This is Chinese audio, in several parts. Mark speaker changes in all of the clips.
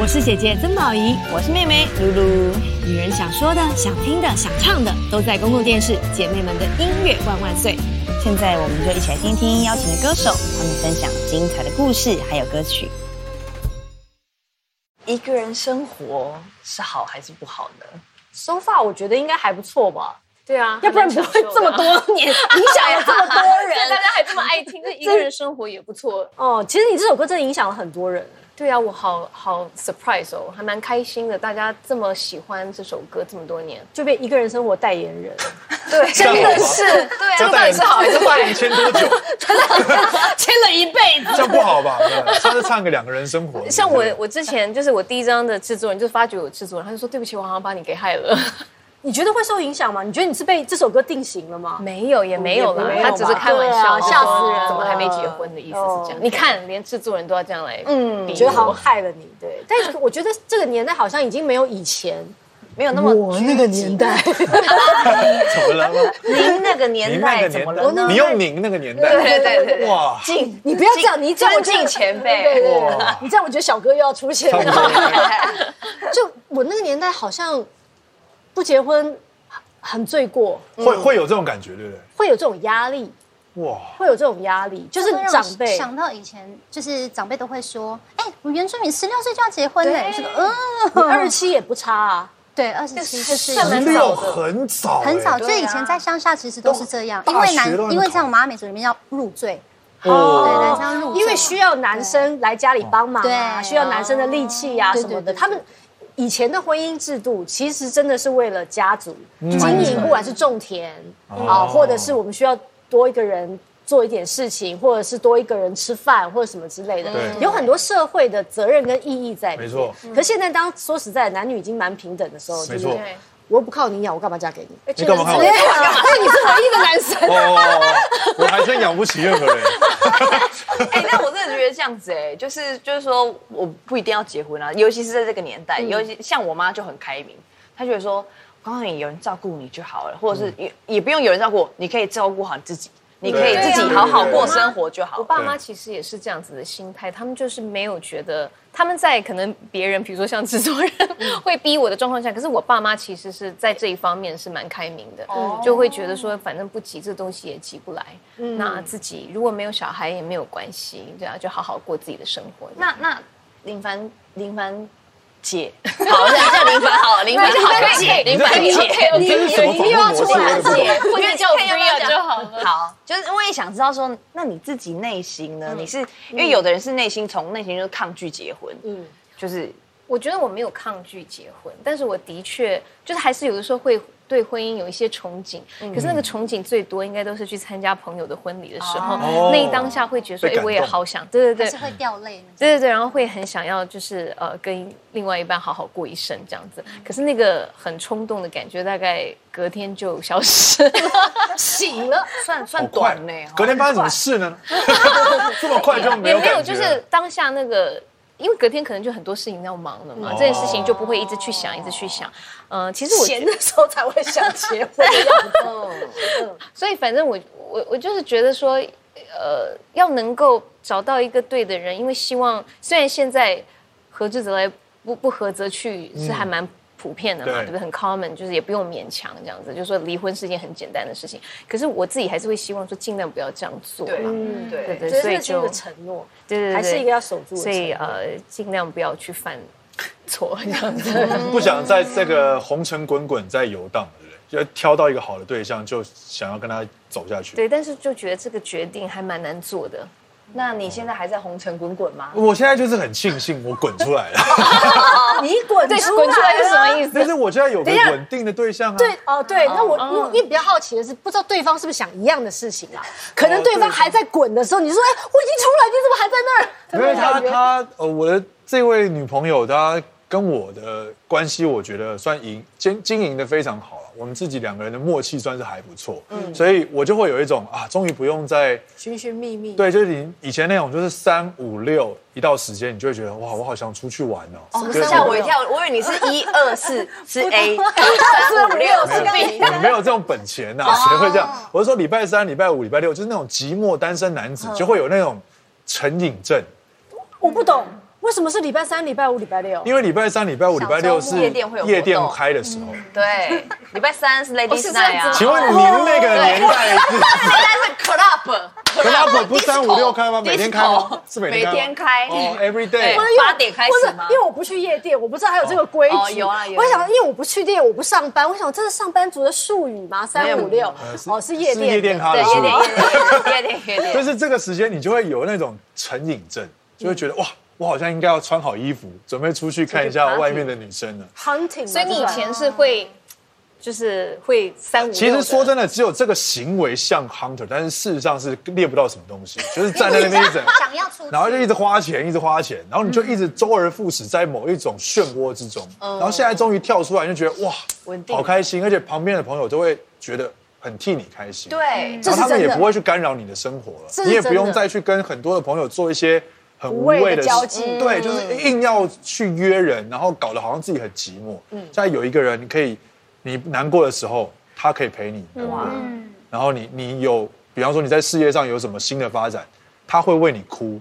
Speaker 1: 我是姐姐曾宝仪，
Speaker 2: 我是妹妹露露。
Speaker 1: 女人想说的、想听的、想唱的，都在公共电视。姐妹们的音乐万万岁！
Speaker 2: 现在我们就一起来听听邀请的歌手，他们分享精彩的故事还有歌曲。一个人生活是好还是不好呢？
Speaker 3: 手法我觉得应该还不错吧，
Speaker 4: 对啊，
Speaker 3: 要不然不会这么多年影响了这么多
Speaker 4: 现在啊大
Speaker 3: 人。
Speaker 4: 家还这么爱听，这一个人生活也不错。
Speaker 3: 哦，其实你这首歌真的影响了很多人。
Speaker 4: 对啊，我好好 surprise 哦，还蛮开心的，大家这么喜欢这首歌这么多年。
Speaker 3: 就被一个人生活代言人，
Speaker 4: 对，
Speaker 5: 真的是，
Speaker 4: 对啊，
Speaker 5: 这
Speaker 4: 到
Speaker 5: 代
Speaker 4: 底
Speaker 5: 言
Speaker 4: 是好还是
Speaker 5: 这代 言签多久？
Speaker 3: 签了一辈子。
Speaker 5: 这样不好吧？对下次唱个两个人生 活。
Speaker 4: 像我
Speaker 5: 对，
Speaker 4: 我之前就是我第一张的制作人，就发觉我制作人，他就说对不起，我好像把你给害了。
Speaker 3: 你觉得会受影响吗？你觉得你是被这首歌定型了吗？
Speaker 4: 没有，也没有啦
Speaker 3: 没有，吧
Speaker 4: 他只是开玩笑，
Speaker 3: 对啊吓死人了
Speaker 4: 怎么还没结婚的意思是这
Speaker 3: 哦
Speaker 4: 样？你看，连制作人都要这样来，嗯，
Speaker 3: 你觉得好像害了你，对。但是我觉得这个年代好像已经没有以前
Speaker 2: 没有那么
Speaker 3: 我那个年代，
Speaker 5: 怎么了吗？
Speaker 2: 您那个年
Speaker 5: 您那个
Speaker 2: 代怎么了
Speaker 5: 年代，
Speaker 2: 呢
Speaker 5: 你？用您那个年代，
Speaker 4: 对对对对，
Speaker 5: 哇，
Speaker 2: 进
Speaker 3: 你不要这样，你这样我觉得
Speaker 4: 尊敬前 辈
Speaker 3: 对对对对
Speaker 5: 哇
Speaker 3: 你这样我觉得小哥又要出现
Speaker 5: 差不
Speaker 3: 了。
Speaker 5: 多。
Speaker 3: 就我那个年代好像不结婚很罪过，
Speaker 5: 会会有这种感觉，对不对？
Speaker 3: 会有这种压力，
Speaker 5: 哇，
Speaker 3: 会有这种压力，就是
Speaker 6: 会让我
Speaker 3: 长辈
Speaker 6: 想到以前，就是长辈都会说：“哎、我原住民十六岁就要结婚了。”这个嗯，
Speaker 3: 二十七也不差啊。
Speaker 6: 对二十七就是
Speaker 4: 算蛮
Speaker 5: 十
Speaker 4: 早
Speaker 5: 六
Speaker 4: 的
Speaker 5: 很早欸，
Speaker 6: 很早，
Speaker 5: 对
Speaker 6: 就是以前在乡下其实都是这样，
Speaker 5: 都
Speaker 6: 因为
Speaker 5: 大学都还没
Speaker 6: 男因为像
Speaker 5: 考
Speaker 6: 我妈美族里面要入赘，对，
Speaker 5: 哦
Speaker 6: 男生要入赘，
Speaker 3: 因为需要男生来家里帮忙啊，
Speaker 6: 对
Speaker 3: 需要男生的力气呀、啊、
Speaker 6: 对
Speaker 3: 什么的。
Speaker 6: 对对对
Speaker 3: 他们以前的婚姻制度其实真的是为了家族经营，不管是种田
Speaker 5: 嗯哦
Speaker 3: 啊，或者是我们需要多一个人做一点事情，或者是多一个人吃饭或者什么之类的
Speaker 5: 对，
Speaker 3: 有很多社会的责任跟意义在里面。
Speaker 5: 没错。
Speaker 3: 可现在当说实在，男女已经蛮平等的时候，就
Speaker 5: 没
Speaker 3: 是
Speaker 5: 错。
Speaker 4: 对
Speaker 3: 我又不靠你养，我干嘛嫁给你？
Speaker 5: 你干嘛看我？
Speaker 3: 因为你是唯一的男生。
Speaker 5: 哦哦，哦我还真养不起任 何人。
Speaker 2: 哎、那我真的觉得这样子哎、就是就是说，我不一定要结婚啊，尤其是在这个年代，尤其像我妈就很开明，她觉得说，我告诉你，有人照顾你就好了，或者是也、也不用有人照顾我，你可以照顾好你自己，你可以
Speaker 5: 对
Speaker 2: 自己好好过生活就好
Speaker 4: 我
Speaker 2: 了。
Speaker 4: 爸妈其实也是这样子的心态，他们就是没有觉得他们在可能别人，比如说像制作人会逼我的状况下，可是我爸妈其实是在这一方面是蛮开明的，就会觉得说反正不急，这东西也急不来，那自己如果没有小孩也没有关系，对啊，就好好过自己的生活。
Speaker 2: 那那林凡林凡姐，好，这样叫林凡 好了，林凡好姐，林凡姐。
Speaker 5: 你这是什么访问模式？我都不懂
Speaker 4: 或者叫
Speaker 2: 看要不要
Speaker 4: Bria
Speaker 2: 讲
Speaker 4: 就好了。
Speaker 2: 好，就是我也想知道说，那你自己内心呢？你是因为有的人是内心从内心就是抗拒结婚，嗯，就是
Speaker 4: 我觉得我没有抗拒结婚，但是我的确就是还是有的时候会对婚姻有一些憧憬，
Speaker 5: 嗯
Speaker 4: 可是那个憧憬最多应该都是去参加朋友的婚礼的时候，
Speaker 5: 哦
Speaker 4: 那一当下会觉得说，哎、
Speaker 5: 被感动
Speaker 4: 我也好想，对对
Speaker 6: 还
Speaker 4: 对
Speaker 6: 是。会掉泪那种。
Speaker 4: 对对对，然后会很想要，就是呃，跟另外一半好好过一生这样子。
Speaker 5: 嗯
Speaker 4: 可是那个很冲动的感觉，大概隔天就消 失了。
Speaker 3: 醒了，
Speaker 2: 算
Speaker 5: 好
Speaker 2: 算
Speaker 5: 快
Speaker 2: 短呢、哦，
Speaker 5: 隔天发生什么事呢？ 这么快就没
Speaker 4: 也
Speaker 5: 有
Speaker 4: 没有，
Speaker 5: 感
Speaker 4: 就
Speaker 5: 觉
Speaker 4: 是
Speaker 5: 了。
Speaker 4: 当下那个，因为隔天可能就很多事情要忙了嘛，
Speaker 5: 哦
Speaker 4: 这件事情就不会一直去想，一直去想。嗯、其实我觉得
Speaker 3: 闲的时候才会想结 婚。
Speaker 4: 所以反正我我我就是觉得说，呃，要能够找到一个对的人，因为希望虽然现在合之则来，不不合则去是还蛮普遍的嘛，
Speaker 5: 对
Speaker 4: 对不对？很 common，就是也不用勉强这样子，就是说离婚是一件很简单的事情。可是我自己还是会希望说，尽量不要这样做
Speaker 2: 对
Speaker 4: 嘛。
Speaker 2: 嗯
Speaker 4: 对
Speaker 2: 对，
Speaker 4: 对，
Speaker 3: 所
Speaker 4: 所
Speaker 3: 以
Speaker 4: 以
Speaker 3: 是一
Speaker 4: 就
Speaker 3: 个承诺，
Speaker 4: 对对对，
Speaker 3: 还是一个要守住的承诺。
Speaker 4: 所以呃，尽量不要去犯错这 样子。
Speaker 5: 不想在这个红尘滚滚在游荡，对不对？就挑到一个好的对象，就想要跟他走下去。
Speaker 4: 对，但是就觉得这个决定还蛮难做的。
Speaker 2: 那你现在还在红尘滚滚吗？
Speaker 5: 我现在就是很庆幸我滚出来了，
Speaker 3: 呃你滚
Speaker 4: 对，
Speaker 3: 出
Speaker 4: 滚出来是什么意
Speaker 5: 但
Speaker 4: 思？
Speaker 5: 是我现在有个
Speaker 3: 等一下
Speaker 5: 稳定的对象啊。
Speaker 3: 对哦，对，那我我因为比较好奇的是，不知道对方是不是想一样的事情啊？可能对方还在滚的时候，你就说：“哎，我已经出来，你怎么还在那儿？”
Speaker 5: 因为他他呃，我的这位女朋友，她跟我的关系，我觉得算营经经营的非常好了。我们自己两个人的默契算是还不错，嗯，所以我就会有一种啊，终于不用再
Speaker 3: 寻寻觅觅，
Speaker 5: 对，就是你以前那种，就是三五六一到时间，你就会觉得哇，我好想出去玩哦。
Speaker 2: 哦吓我一跳，我以为你是一二四是 A，
Speaker 3: 三五六
Speaker 5: 没有我没有这种本钱呐、谁会这
Speaker 2: 哦
Speaker 5: 样？我是说礼拜三、礼拜五、礼拜
Speaker 2: 嗯
Speaker 5: 六，就是那种寂寞单身男子，就会有那种成瘾症。
Speaker 3: 我不懂，为什么是礼拜三、礼拜五、礼拜六？
Speaker 5: 因为礼拜三、礼拜五、礼拜六是
Speaker 2: 夜店会有活动嗯
Speaker 5: 夜店开的时候。
Speaker 2: 对，礼拜三是
Speaker 4: 哦
Speaker 2: Ladies
Speaker 4: 是这样
Speaker 2: Night 啊
Speaker 4: 子，
Speaker 5: 请问您那个年代是？
Speaker 2: 但是 Club，
Speaker 5: 可拉本不是三五六开吗？每天开吗？是每
Speaker 2: 每
Speaker 5: 天
Speaker 2: 天
Speaker 5: 开
Speaker 2: 开
Speaker 5: 吗。哦，every
Speaker 2: 对
Speaker 5: day。
Speaker 2: 八点开始
Speaker 3: 不是
Speaker 2: 吗，
Speaker 3: 因为我不去夜店，我不知道还有这个规矩。
Speaker 2: 哦有啊有
Speaker 3: 我想，因为我不去店，我不上班，我想这是上班族的术语吗？三五六
Speaker 5: 呃是
Speaker 3: 哦，是夜
Speaker 5: 是夜
Speaker 3: 店
Speaker 5: 店啊
Speaker 3: 的。
Speaker 5: 咖
Speaker 2: 对
Speaker 5: 的
Speaker 2: 夜
Speaker 5: 是吧？
Speaker 2: 店夜店夜店
Speaker 5: 就
Speaker 2: 夜店，
Speaker 5: 是这个时间，你就会有那种成瘾症，就会觉
Speaker 2: 嗯
Speaker 5: 得哇，我好像应该要穿好衣服，准备出去看一下外面的女生了。
Speaker 3: hunting，
Speaker 4: 所以你以前是会，就是会三五。
Speaker 5: 其实说真
Speaker 4: 的，
Speaker 5: 的，只有这个行为像 hunter，但是事实上是猎不到什么东西，就是站在那边一 整，
Speaker 6: 想要出去，
Speaker 5: 然后就一直花钱，一直花钱，然后你就一直周而复始在某一种漩涡之中，然后现在终于跳出来，你就觉得哇
Speaker 2: 嗯稳，定
Speaker 5: 好开心，而且旁边的朋友都会觉得很替你开心，
Speaker 2: 对，
Speaker 3: 这
Speaker 5: 然
Speaker 3: 是
Speaker 5: 后他们
Speaker 3: 真
Speaker 5: 也
Speaker 3: 的
Speaker 5: 不会去干扰你的生活
Speaker 3: 这是
Speaker 5: 了，你也不
Speaker 3: 真的
Speaker 5: 用再去跟很多的朋友做一些很
Speaker 3: 无
Speaker 5: 无
Speaker 3: 谓的
Speaker 5: 谓的
Speaker 3: 交
Speaker 5: 事
Speaker 3: 际嗯
Speaker 5: 对，就是硬要去约人，然后搞得好像自己很寂寞。
Speaker 3: 嗯
Speaker 5: 现在有一个人，你可以，你难过的时候，他可以陪你难过，然后你你有，比方说你在事业上有什么新的发展，他会为你哭，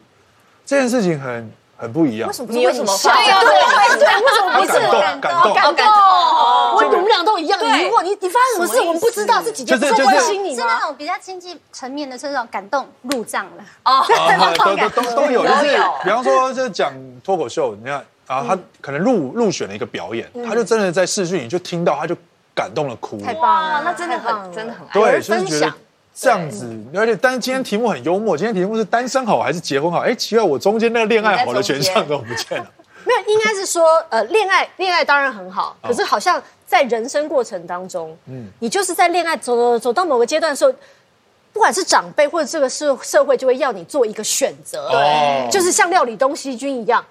Speaker 5: 这件事情很很不一样
Speaker 3: 为。什么不是
Speaker 2: 你有什么
Speaker 3: 笑？
Speaker 2: 发
Speaker 3: 对
Speaker 2: 展？
Speaker 3: 对对，为什么
Speaker 5: 他
Speaker 3: 不是
Speaker 5: 感？动，感动，
Speaker 3: 感动，我你们俩都一样。
Speaker 2: 对
Speaker 3: 如果你你发生什么事，
Speaker 2: 什么意思
Speaker 3: 我们不知道，这几天不
Speaker 5: 就是是
Speaker 3: 关心你
Speaker 6: 是那
Speaker 3: 吗？
Speaker 6: 种比较经济层面的，是那种感动入账了。
Speaker 5: 啊都都都都有，就
Speaker 2: 都
Speaker 5: 是
Speaker 2: 有
Speaker 5: 比方说，就讲脱口秀，你看啊，他可能入入选了一个表演，他就真的在试训，你就听到，他就感动的哭，
Speaker 3: 太棒了，
Speaker 2: 哇，那真的
Speaker 3: 太棒了
Speaker 2: 很真的很爱，
Speaker 3: 有
Speaker 5: 对，
Speaker 3: 人
Speaker 5: 就是
Speaker 3: 分
Speaker 5: 觉
Speaker 3: 享
Speaker 5: 得这样子。而且，但是今天题目很幽默，今天题目是单身好还是结婚好？哎，奇怪，我中间那个恋爱好的选项都不见了。
Speaker 3: 没有，应该是说，呃，恋爱，恋爱当然很好，
Speaker 5: 哦
Speaker 3: 可是好像在人生过程当中，嗯，你就是在恋爱走走走到某个阶段的时候，不管是长辈或者这个社社会，就会要你做一个选择，
Speaker 5: 哦
Speaker 3: 就是像料理东西君一样。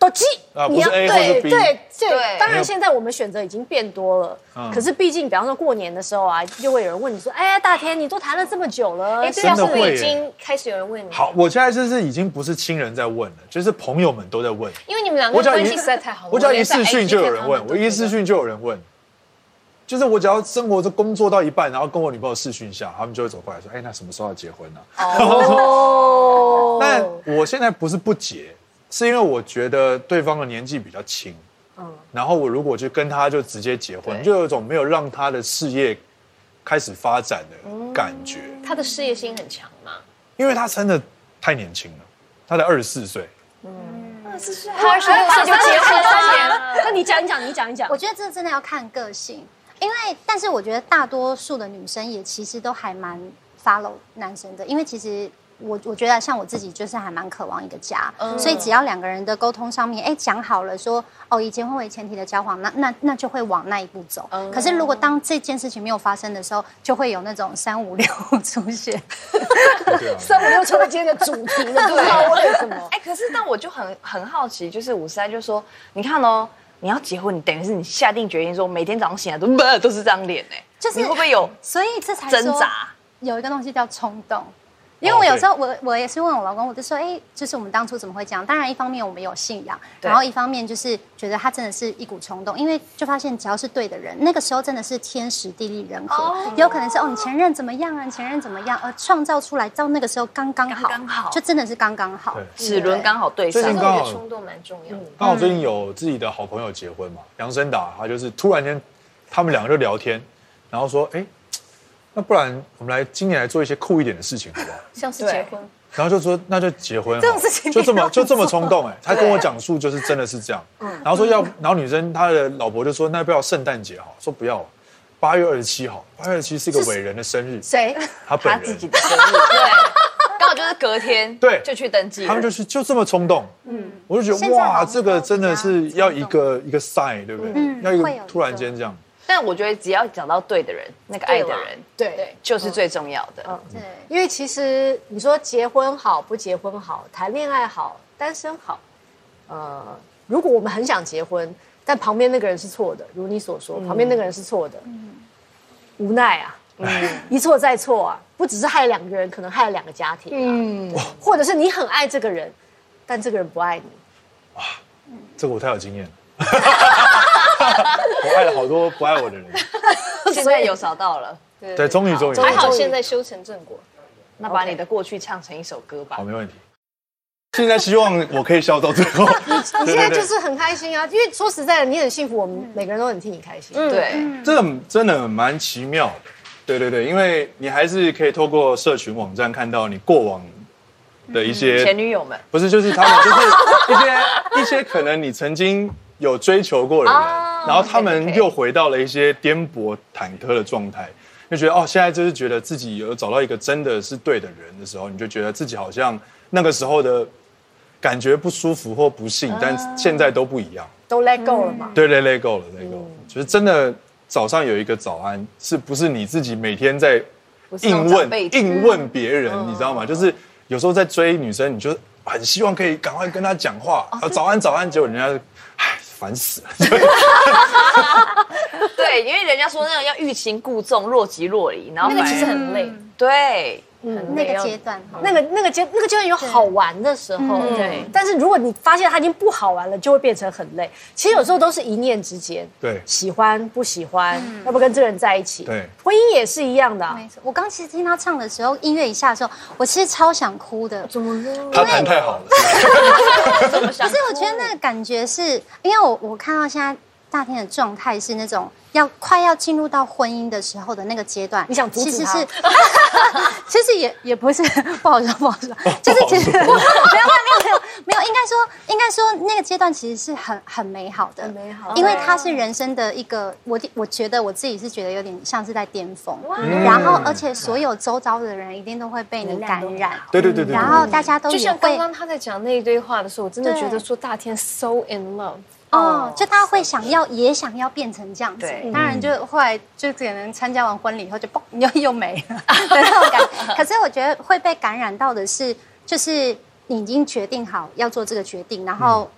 Speaker 3: 都鸡
Speaker 5: 啊，
Speaker 3: 你要
Speaker 5: 不是 A 或
Speaker 3: 对
Speaker 5: 是
Speaker 3: 对
Speaker 5: B
Speaker 3: 对，
Speaker 2: 对
Speaker 3: 当然现在我们选择已经变多了，
Speaker 5: 嗯
Speaker 3: 可是毕竟，比方说过年的时候啊，就会有人问你说：“哎，大天，你都谈了这么久了，
Speaker 4: 哎，
Speaker 3: 是
Speaker 4: 对啊，
Speaker 5: 真的
Speaker 4: 是不是
Speaker 5: 会耶
Speaker 4: 已经开始有人问你？
Speaker 5: 好，我现在就是已经不是亲人在问了，就是朋友们都在问。
Speaker 4: 因为你们两
Speaker 5: 我
Speaker 4: 个
Speaker 5: 只要
Speaker 4: 关系
Speaker 5: 一
Speaker 4: 实在太好了，
Speaker 5: 我只要一
Speaker 4: 连在
Speaker 5: 视
Speaker 4: IG
Speaker 5: 讯就有
Speaker 4: 看
Speaker 5: 人
Speaker 4: 他
Speaker 5: 问，
Speaker 4: 们
Speaker 5: 我
Speaker 4: 都
Speaker 5: 一
Speaker 4: 觉
Speaker 5: 视
Speaker 4: 得
Speaker 5: 讯就有人问，就是我只要生活就工作到一半，然后跟我女朋友视讯一下，他们就会走过来说：“哎，那什么时候要结婚呢、啊？” 哦，但我现在不是不结，是因为我觉得对方的年纪比较轻，嗯，然后我如果就跟他就直接结婚，
Speaker 4: 对
Speaker 5: 就有一种没有让他的事业开始发展
Speaker 4: 嗯
Speaker 5: 的感觉，
Speaker 4: 他的事业心很强嘛。
Speaker 5: 因为他真的太年轻了，他才二十 四岁。
Speaker 4: 他二十六哎岁就结婚了，
Speaker 3: 那你讲一讲，你讲一讲
Speaker 6: 我，觉得这真的要看个性，因为但是我觉得大多数的女生也其实都还蛮 follow 男生的，因为其实。我我觉得像我自己就是还蛮渴望一个家，所以只要两个人的沟通上面，哎，讲好了说哦以结婚为前提的交往，那那那就会往那一步走。可是如果当这件事情没有发生的时候，就会有那种三五六 出现。
Speaker 5: 对啊，
Speaker 3: 三五六抽今天的主题了，不 知道为什么。
Speaker 2: 哎，可是但我就很很好奇，就是五十三就说，你看哦，你要结婚，你等于是你下定决心说，每天早上醒来都不都是这张脸哎，
Speaker 6: 就是
Speaker 2: 你会不会有
Speaker 6: 所以这才说
Speaker 2: 挣扎？
Speaker 6: 有一个东西叫冲动。因为我
Speaker 5: 哦对
Speaker 6: 有时候我我也是问我老公，我就说，哎、就是我们当初怎么会这样？当然，一方面我们有信仰，
Speaker 2: 对
Speaker 6: 然后一方面就是觉得他真的是一股冲动，因为就发现只要是对的人，那个时候真的是天时地利人和，有可能是哦你前任怎么样啊，你前任怎么样，而创造出来到那个时候刚刚好，
Speaker 2: 刚刚好
Speaker 6: 就真的是刚刚好。
Speaker 5: 对
Speaker 2: 齿轮刚好对
Speaker 5: 最
Speaker 2: 上
Speaker 5: 近
Speaker 4: 但是我觉
Speaker 5: 刚好嗯
Speaker 4: 得冲动蛮重要的。
Speaker 5: 刚好最近有自己的好朋友结婚嘛，杨森达，他就是突然间，他们两个就聊天，然后说，哎、那不然我们来今年来做一些酷一点的事情好不好？
Speaker 4: 像是
Speaker 2: 对
Speaker 4: 结婚，
Speaker 5: 然后就说那就结婚好了，
Speaker 6: 这种事情
Speaker 5: 就这么就这么冲动哎、他跟我讲述就是真的是这样，然后说要，然后女生她的老婆就说那要不要圣诞节好，说不要，八月二十七好，八月二十七是一个伟人的生日，
Speaker 3: 谁？
Speaker 5: 他本
Speaker 2: 他
Speaker 5: 人
Speaker 2: 自己的生日，
Speaker 4: 啊
Speaker 2: 对， 刚好就是隔天，
Speaker 5: 对
Speaker 2: 就去登记了，
Speaker 5: 他们就是就这么冲动，嗯，我就觉
Speaker 6: 现
Speaker 5: 得
Speaker 6: 在好
Speaker 5: 哇，
Speaker 6: 像
Speaker 5: 这个真的是要一
Speaker 6: 冲
Speaker 5: 个一个 sign 对不对？
Speaker 6: 嗯
Speaker 5: 要一
Speaker 6: 会有
Speaker 5: 个
Speaker 6: 一
Speaker 5: 突然
Speaker 6: 个
Speaker 5: 间这样。
Speaker 2: 但我觉得只要找到对的人，那个爱的
Speaker 4: 对啦嗯
Speaker 2: 人
Speaker 3: 对。
Speaker 2: 就是最重要的。
Speaker 6: 对，
Speaker 3: 因为其实你说结婚好不结婚好，谈恋爱好，单身好，呃，如果我们很想结婚，但旁边那个人是错的，如你所说，旁边那个人是错的，无奈啊， 一错再错啊，不只是害两个人，可能害了两个家庭、嗯，或者是你很爱这个人，但这个人不 爱你，
Speaker 5: 这个我太有经验了。 我爱了好多不爱我的人，
Speaker 2: 现在有找到了，
Speaker 4: 对
Speaker 5: 对，终于终于，
Speaker 4: 还好
Speaker 5: 终于
Speaker 4: 现在修成正果。
Speaker 2: 那把你的过去唱成一首歌吧
Speaker 5: 好，。没问题。
Speaker 7: 现在希望我可以笑到最后。
Speaker 3: 你
Speaker 7: 对
Speaker 3: 现在就。
Speaker 7: 对对
Speaker 3: 是很开心啊，因为说实在的，你很幸福，我们每个人都很替你开心。
Speaker 2: 对，
Speaker 7: 嗯
Speaker 5: 这种真的蛮奇妙的，对对对，因为你还是可以透过社群网站看到你过往的一些
Speaker 2: 前女友们，
Speaker 5: 不是，就是他们，就是一些一些可能你曾经有追求过的人，然后他们
Speaker 2: OK，OK
Speaker 5: 又回到了一些颠簸忐忑的状态，就觉得哦，现在就是觉得自己有找到一个真的是对的人的时候，你就觉得自己好像那个时候的感觉不舒服或不幸，但现在都不一样。
Speaker 3: 都 let go 了嘛。
Speaker 5: 对累累够了，累够了，
Speaker 6: 嗯
Speaker 5: 就是真的早上有一个早安，是不是你自己每天在
Speaker 2: 那
Speaker 5: 硬
Speaker 2: 种长辈
Speaker 6: 嗯
Speaker 5: 问硬问别人，你知道吗？就是有时候在追女生，你就很希望可以赶快跟她讲话，
Speaker 6: 哦
Speaker 5: 啊早安早安，结果人家就唉烦死了，
Speaker 2: 对，因为人家说那种要欲擒故纵，若即若离，然后
Speaker 4: 那个其实
Speaker 2: 反而
Speaker 4: 很累，
Speaker 2: 对，
Speaker 4: 很
Speaker 6: 嗯那
Speaker 4: 累
Speaker 6: 个
Speaker 4: 要嗯
Speaker 6: 阶段，
Speaker 3: 那个那个阶那个阶段有好玩的时候，
Speaker 4: 对
Speaker 3: 但是如果你发现它已经不好玩了，就会变成很累。其实有时候都是一念之间，
Speaker 5: 对
Speaker 3: 喜欢不喜欢，要不跟这个人在一起，
Speaker 5: 对
Speaker 3: 婚姻也是一样的啊。
Speaker 6: 没错。我刚其实听他唱的时候，音乐一下的时候，我其实超想哭的。怎么了？
Speaker 5: 她谈太好了，
Speaker 2: 怎么想
Speaker 6: 可是？我觉得那个感觉是，因为我我看到现在大天的状态是那种要快要进入到婚姻的时候的那个阶段，
Speaker 3: 你想阻止
Speaker 6: 其实
Speaker 3: 他
Speaker 6: 是， 其实也也不是不好说不好说，就是其实 没有没有没有没有，应该说应该说那个阶段其实是很很美好的，
Speaker 3: 很美好
Speaker 6: 因为它是人生的一个，我我觉得我自己是觉得有点像是在巅峰，然后而且所有周遭的人一定都会被你感染，
Speaker 5: 对对对对对，
Speaker 6: 嗯然后大家都
Speaker 4: 就
Speaker 6: 也
Speaker 4: 像刚
Speaker 6: 会
Speaker 4: 刚他在讲那一堆话的时候，我真的
Speaker 6: 对
Speaker 4: 觉得说大天 so in love，
Speaker 6: 哦，就他会想要，也想要变成这样子嗯
Speaker 2: 对。，
Speaker 6: 当然，就后来就可能参加完婚礼以后就嘣，又 又没了的那种 感觉。可是我觉得会被感染到的是，就是你已经决定好要做这个决定，然
Speaker 3: 嗯
Speaker 6: 后，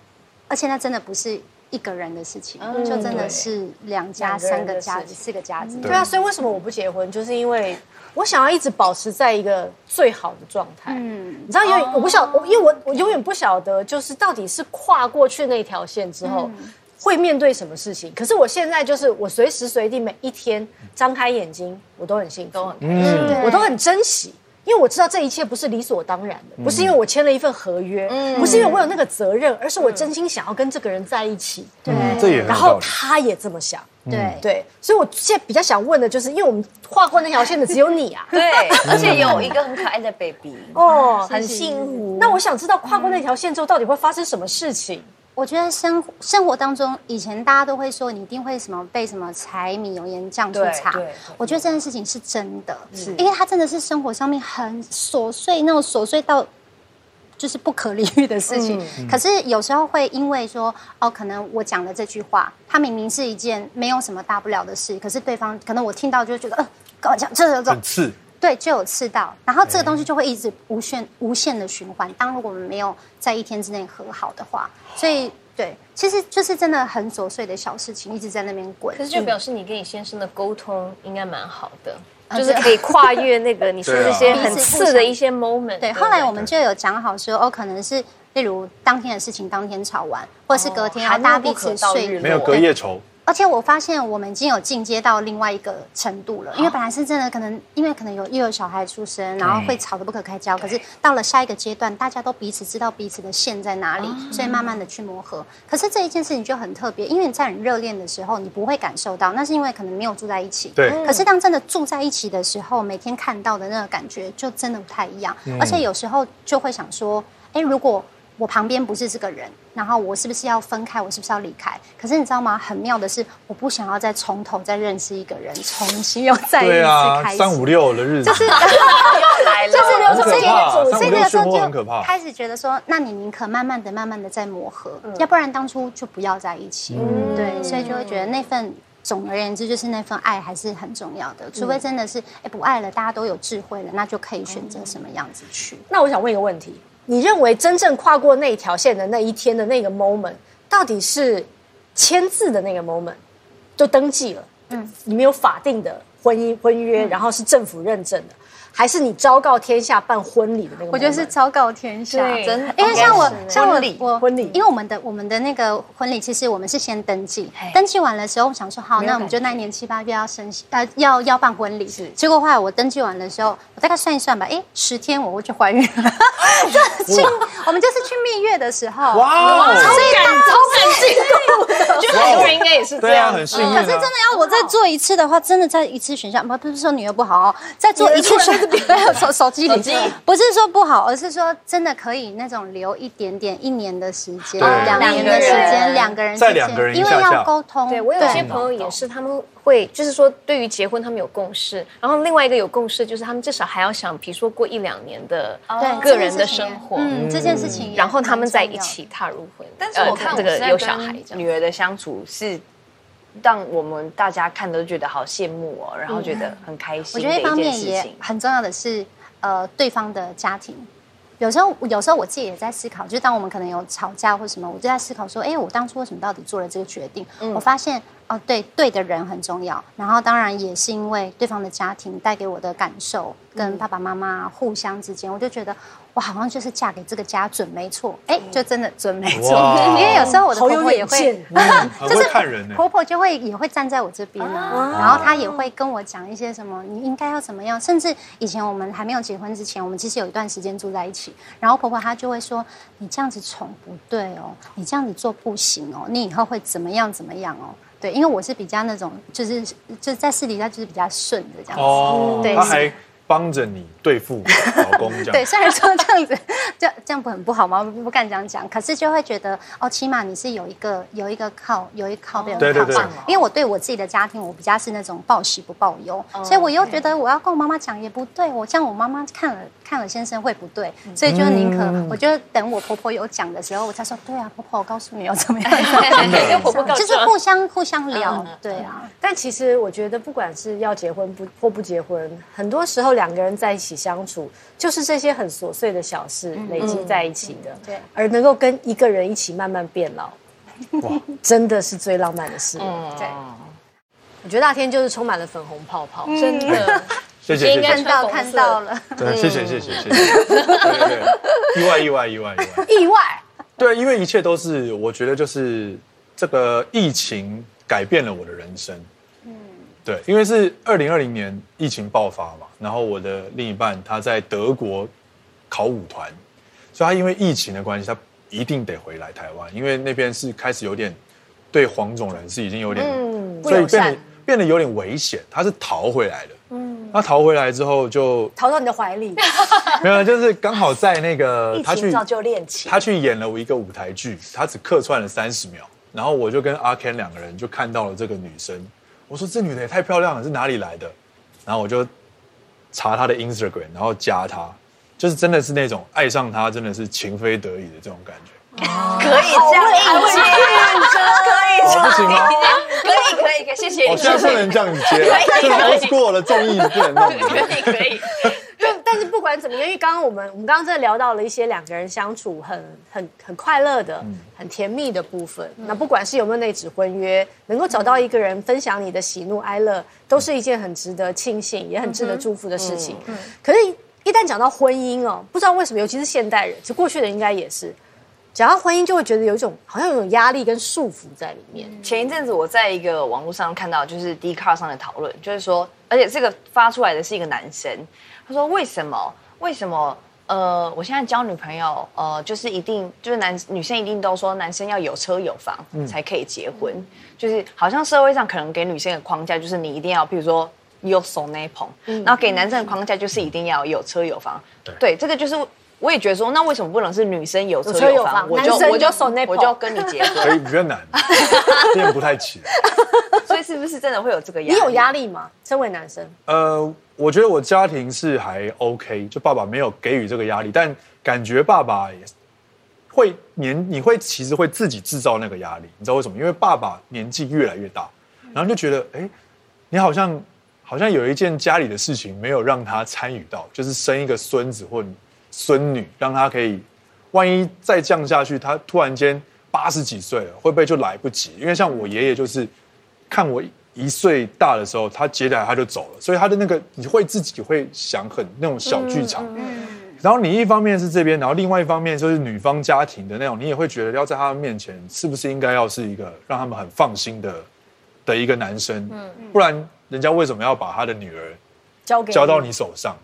Speaker 6: 而且那真的不是一个人的事情，就真的是两家、
Speaker 3: 两个人
Speaker 6: 三个
Speaker 3: 的
Speaker 6: 家、
Speaker 3: 事情
Speaker 6: 四个家子。
Speaker 3: 对啊，所以为什么我不结婚，就是因为我想要一直保持在一个最好的状态。
Speaker 6: 嗯
Speaker 3: 你知道，因为我不晓，我因为我我永远不晓得，就是到底是跨过去那条线之后。会面对什么事情？可是我现在就是我随时随地每一天张开眼睛，我都很幸福，
Speaker 6: 对
Speaker 3: 我都很珍惜，因为我知道这一切不是理所当然的，不是因为我签了一份合约，不是因为我有那个责任，而是我真心想要跟这个人在一起，
Speaker 5: 嗯，这也很
Speaker 3: 然
Speaker 5: 有道
Speaker 3: 后
Speaker 5: 理。
Speaker 3: 他也这么想，
Speaker 6: 对对
Speaker 3: 对，所以我现在比较想问的就是，因为我们跨过那条线的只有你啊
Speaker 2: 对，而
Speaker 5: 嗯
Speaker 2: 且有一个很可爱的 baby，
Speaker 3: 哦，
Speaker 2: 很幸福。
Speaker 3: 那我想知道跨过
Speaker 6: 嗯
Speaker 3: 那条线之后到底会发生什么事情？
Speaker 6: 我觉得生活生活当中，以前大家都会说你一定会什么被什么柴米油盐酱醋
Speaker 2: 对
Speaker 6: 茶
Speaker 2: 对对，嗯
Speaker 6: 我觉得这件事情是真的，因为它真的是生活上面很琐碎，那种琐碎到就是不可理喻的事
Speaker 2: 嗯
Speaker 6: 情。可是有时候会因为说哦，可能我讲的这句话，它明明是一件没有什么大不了的事，可是对方可能我听到就觉得，呃，跟我讲这这这
Speaker 5: 很刺，
Speaker 6: 对，就有刺到，然后这个东西就会一直无限无限的循环。当如果我们没有在一天之内和好的话，所以对，其实就是真的很琐碎的小事情一直在那边滚嗯
Speaker 4: 可。是
Speaker 2: 嗯
Speaker 4: 就表示你跟你先生的沟通应该蛮好的，
Speaker 6: 啊
Speaker 4: 就是可以跨越那个你说
Speaker 5: 对啊
Speaker 4: 那些很刺的一些 moment。
Speaker 6: 对，后来我们就有讲好说，哦，可能是例如当天的事情当天吵完，或者是隔天，
Speaker 4: 哦
Speaker 6: 然后大家
Speaker 4: 寒露
Speaker 6: 彼
Speaker 4: 不可
Speaker 6: 此
Speaker 4: 到
Speaker 6: 睡
Speaker 4: 日落
Speaker 5: 没有隔夜仇，
Speaker 6: 而且我发现我们已经有进阶到另外一个程度了，因为本来是真的可能，因为可能有又有小孩出生，然后会吵得不可开交。可是到了下一个阶段，大家都彼此知道彼此的线在哪里，所以慢慢的去磨合。可是这一件事情就很特别，因为你在很热恋的时候，你不会感受到，那是因为可能没有住在一起。
Speaker 5: 对
Speaker 6: 可是当真的住在一起的时候，每天看到的那个感觉就真的不太一样，
Speaker 5: 嗯
Speaker 6: 而且有时候就会想说，哎，如果我旁边不是这个人，然后我是不是要分开？我是不是要离开？可是你知道吗？很妙的是，我不想要再从头再认识一个人，重新又再一
Speaker 5: 对
Speaker 6: 次
Speaker 5: 啊
Speaker 6: 开，始。
Speaker 5: 三五六的日子，
Speaker 2: 来了，
Speaker 6: 就是有
Speaker 5: 很可怕
Speaker 6: 种，
Speaker 5: 三
Speaker 6: 所
Speaker 5: 五
Speaker 6: 以
Speaker 5: 六
Speaker 6: 那个时
Speaker 5: 漩
Speaker 6: 候
Speaker 5: 涡很可
Speaker 6: 就
Speaker 5: 怕。
Speaker 6: 开始觉得说，那你宁可慢慢的、慢慢的再磨合，要不然当初就不要在一起。
Speaker 5: 嗯
Speaker 6: 对，所以就会觉得那份。总而言之，就是那份爱还是很重要的，除非真的是哎、不爱了，大家都有智慧了，那就可以选择什么样子去。
Speaker 3: 那我想问一个问题：你认为真正跨过那一条线的那一天的那个 moment，到底是签字的那个 moment，就登记了，嗯，你们有法定的婚姻婚约，然后是政府认证的，还是你昭告天下办婚礼的那个 moment？
Speaker 6: 我觉得是昭告天下，
Speaker 4: 对真的
Speaker 6: 因为像我
Speaker 2: 应该，是
Speaker 6: 像我
Speaker 2: 婚礼，
Speaker 6: 我
Speaker 3: 婚礼
Speaker 6: 因为我们的我们的那个婚礼，其实我们是先登记，登记完了之后，我想说好，那我们就那一年七八月要生呃要要办婚礼，结果后来我登记完的时候，我大概算一算吧，哎，十天我我就怀孕了， 这去我们就是去蜜月的时候，
Speaker 5: 哇哦，
Speaker 6: 所以大
Speaker 4: 我觉得很多人应该也是这
Speaker 5: 对啊，
Speaker 4: 样。
Speaker 5: 很幸运
Speaker 6: 哦嗯可是真
Speaker 5: 啊
Speaker 6: 的。要我再做一次的话，真的在一次选项，不不是说女儿不好哦，再做一次选项， 手手机里，不是说不好，而是说真的可以那种留一点点一年的时间，
Speaker 5: 对
Speaker 6: 两年的时间，两个人之
Speaker 5: 再
Speaker 6: 间，
Speaker 5: 两个人
Speaker 6: 因为
Speaker 5: 一下下
Speaker 6: 要沟通，
Speaker 4: 对我有些朋友也是，他们会就是说，对于结婚他们有共识，然后另外一个有共识就是他们至少还要想，比如说过一两年的
Speaker 2: 哦
Speaker 6: 对
Speaker 4: 个人的生活，
Speaker 6: 嗯，这件事情也
Speaker 4: 然后他们在
Speaker 6: 蛮
Speaker 4: 一
Speaker 6: 重要
Speaker 4: 起踏入婚，
Speaker 2: 但是我
Speaker 4: 呃
Speaker 2: 看
Speaker 4: 这
Speaker 2: 我现
Speaker 4: 个
Speaker 2: 在
Speaker 4: 有小孩这
Speaker 2: 跟
Speaker 4: 样。
Speaker 2: 女儿的相处是让我们大家看都觉得好羡慕哦，然后觉得很开
Speaker 6: 我
Speaker 2: 心
Speaker 6: 觉
Speaker 2: 的
Speaker 6: 得一方
Speaker 2: 一件
Speaker 6: 面
Speaker 2: 事
Speaker 6: 也
Speaker 2: 情。
Speaker 6: 很重要的是，呃，对方的家庭。有时候，有时候我自己也在思考，就是当我们可能有吵架或什么，我就在思考说，哎，我当初为什么到底做了这个决定？
Speaker 2: 嗯
Speaker 6: 我发现，哦、对，对的人很重要。然后，当然也是因为对方的家庭带给我的感受，
Speaker 2: 嗯
Speaker 6: 跟爸爸妈妈互相之间，我就觉得，我好像就是嫁给这个家准没错。哎，
Speaker 2: 嗯
Speaker 6: 就真的准没错。
Speaker 5: 哇
Speaker 6: 因为有时候我的
Speaker 3: 好
Speaker 6: 婆
Speaker 3: 有
Speaker 6: 婆也
Speaker 3: 远
Speaker 6: 会
Speaker 3: 见，
Speaker 5: 很嗯会看人呢。
Speaker 6: 婆婆就会也会站在我这边啊，然后她也会跟我讲一些什么，你应该要怎么样。甚至以前我们还没有结婚之前，我们其实有一段时间住在一起，然后婆婆她就会说：“你这样子宠不对哦，你这样子做不行哦，你以后会怎么样怎么样哦。”对，因为我是比较那种，就是就是在私底下就是比较顺的这样子。
Speaker 5: 哦，
Speaker 6: 对
Speaker 5: 他还帮着你对付老公这
Speaker 6: 对，
Speaker 5: 样。
Speaker 6: 虽然说这样子，这样这样不很不好吗？不不敢这样讲，可是就会觉得哦，起码你是有一个有一个靠有一个靠背有
Speaker 5: 对
Speaker 6: 一
Speaker 5: 对
Speaker 6: 个
Speaker 5: 对
Speaker 6: 靠山。因为我对我自己的家庭，我比较是那种报喜不报忧，所以我又觉得我要跟我妈妈讲也不对，我这样我妈妈看了看了先生会不对，所以就宁可
Speaker 5: 嗯
Speaker 6: 我就等我婆婆有讲的时候，我才说对啊，婆婆，我告诉你哦，怎么样，
Speaker 4: 跟婆婆告哦
Speaker 6: 就是
Speaker 4: 状
Speaker 6: 互相互相聊，对啊。
Speaker 3: 但其实我觉得，不管是要结婚不或不结婚，很多时候两个人在一起相处，就是这些很琐碎的小事累积在一起的，
Speaker 6: 对
Speaker 3: 而能够跟一个人一起慢慢变老，
Speaker 5: 哇
Speaker 3: 真的是最浪漫的事。
Speaker 6: 对，
Speaker 3: 我觉得那天就是充满了粉红泡泡，
Speaker 4: 真的，
Speaker 5: 谢谢谢
Speaker 4: 应该
Speaker 5: 谢
Speaker 6: 看，到看到了，
Speaker 5: 对，谢谢谢谢谢谢。对对 对，意外意外意外意外。
Speaker 3: 意外。
Speaker 5: 对，因为一切都是，我觉得就是这个疫情改变了我的人生。
Speaker 3: 嗯
Speaker 5: 对，因为是二零二零年疫情爆发嘛，然后我的另一半他在德国考舞团，所以他因为疫情的关系，他一定得回来台湾，因为那边是开始有点对黄种人是已经有点，
Speaker 3: 嗯
Speaker 5: 所以
Speaker 3: 不友善
Speaker 5: 变得变得有点危险，他是逃回来的。嗯，他逃回来之后就
Speaker 3: 逃到你的怀 里，
Speaker 5: 没有，就是刚好在那个
Speaker 3: 疫
Speaker 5: 他去
Speaker 3: 情造就恋情。
Speaker 5: 他去演了我一个舞台剧，他只客串了三十秒，然后我就跟阿 Ken 两个人就看到了这个女生，我说这女的也太漂亮了，是哪里来的？然后我就查她的 Instagram，然后加她，就是真的是那种爱上她，真的是情非得已的这种感觉。
Speaker 2: 可以这样硬接，可以
Speaker 5: 哦，不行吗？
Speaker 2: 可以可以可以，谢谢
Speaker 5: 我
Speaker 2: 你，
Speaker 5: 现在不能这样子接了，这个 old school 的综艺不能弄的。
Speaker 2: 可以可以，
Speaker 3: 但但是不管怎么样，因为刚刚我们我们刚刚真的聊到了一些两个人相处很很很快乐的、
Speaker 5: 嗯
Speaker 3: 很甜蜜的部分。
Speaker 2: 嗯
Speaker 3: 那不管是有没有那纸婚约，能够找到一个人分享你的喜怒哀乐，都是一件很值得庆幸，也很值
Speaker 2: 嗯
Speaker 3: 得祝福的事情。可是，一旦讲到婚姻哦，不知道为什么，尤其是现代人，其实过去的应该也是。讲到婚姻，就会觉得有一种好像有一种压力跟束缚在里面。
Speaker 2: 前一阵子我在一个网络上看到，就是 d c a r 上的讨论，就是说，而且这个发出来的是一个男生，他说为什么为什么呃，我现在交女朋友呃，就是一定就是男女生一定都说男生要有车有房才可以结婚，就是好像社会上可能给女生的框架就是你一定要，比如说。有手那捧，
Speaker 3: 嗯
Speaker 2: 然后给男生的框架就是一定要有车有房。对，这个就是我也觉得说，那为什么不能是女生有车
Speaker 3: 有车有
Speaker 2: 有
Speaker 3: 房
Speaker 2: 房，我
Speaker 3: 男
Speaker 2: 就
Speaker 3: 生
Speaker 2: 我就
Speaker 3: 有手那捧
Speaker 2: 我就跟你结婚？
Speaker 5: 可以比较 难，练不太起来。
Speaker 2: 所以是不是真的会有这个压
Speaker 3: 你
Speaker 2: 力？
Speaker 3: 有压力吗？身为男生，
Speaker 5: 呃，我觉得我家庭是还 OK，就爸爸没有给予这个压力，但感觉爸爸也会年，你会其实会自己制造那个压力，你知道为什么？因为爸爸年纪越来越大，然后就觉得，哎，你好像好像有一件家里的事情没有让他参与到，就是生一个孙子或孙女，让他可以，万一再降下去，他突然间八十几岁了，会不会就来不及？因为像我爷爷就是看我一岁大的时候，他接下来他就走了，所以他的那个你会自己会想很那种小剧场。然后你一方面是这边，然后另外一方面就是女方家庭的那种，你也会觉得要在他们面前是不是应该要是一个让他们很放心的的一个男生，不然人家为什么要把他的女儿
Speaker 3: 交给
Speaker 5: 交到你手上？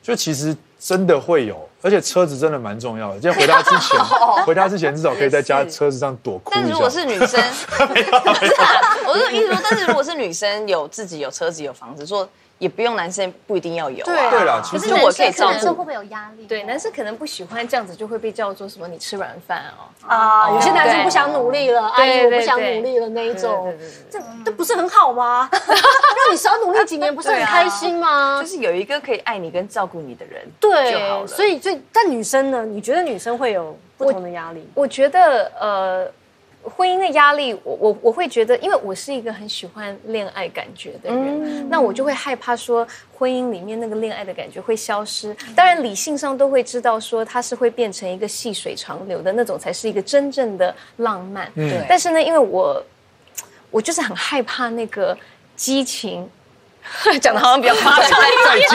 Speaker 5: 就其实真的会有，而且车子真的蛮重要的。今天回家之前，回家之前至少可以在家
Speaker 2: 也是
Speaker 5: 车子上躲哭一下。
Speaker 2: 但是如果是女 生，不是啊， 我是意思说，但是如果是女生有自己有车子有房子，说也不用男生不一定要有啊。
Speaker 5: 对啦，其
Speaker 6: 可
Speaker 5: 实
Speaker 6: 是
Speaker 2: 就
Speaker 6: 男
Speaker 2: 我可以
Speaker 6: 生
Speaker 2: 照
Speaker 6: 男生会
Speaker 2: 顾
Speaker 6: 不会有压力？哦
Speaker 4: 对，男生可能不喜欢这样子，就会被叫做什么你吃软饭哦。
Speaker 3: 啊，有些男
Speaker 2: 哦
Speaker 3: 生
Speaker 4: 对
Speaker 3: 不想努力了，阿
Speaker 4: 对
Speaker 3: 姨我不
Speaker 4: 对
Speaker 3: 想
Speaker 4: 对
Speaker 3: 努力了那一种
Speaker 4: 对对对对，
Speaker 3: 这这不是很好吗？让你少努力几年不是很
Speaker 2: 对啊
Speaker 3: 开心吗
Speaker 2: 就？是有一个可以爱你跟照顾你的人就好
Speaker 3: 对，
Speaker 2: 了。
Speaker 3: 所以所以但女生呢？你觉得女生会有不同的压力？
Speaker 4: 我觉得呃，婚姻的压力，我我我会觉得，因为我是一个很喜欢恋爱感觉的人，那我就会害怕说婚姻里面那个恋爱的感觉会消失。当然，理性上都会知道说它是会变成一个细水长流的那种，才是一个真正的浪漫。
Speaker 5: 嗯
Speaker 4: 但是呢，因为我我就是很害怕那个激情， 讲的好像比较夸张。
Speaker 5: 在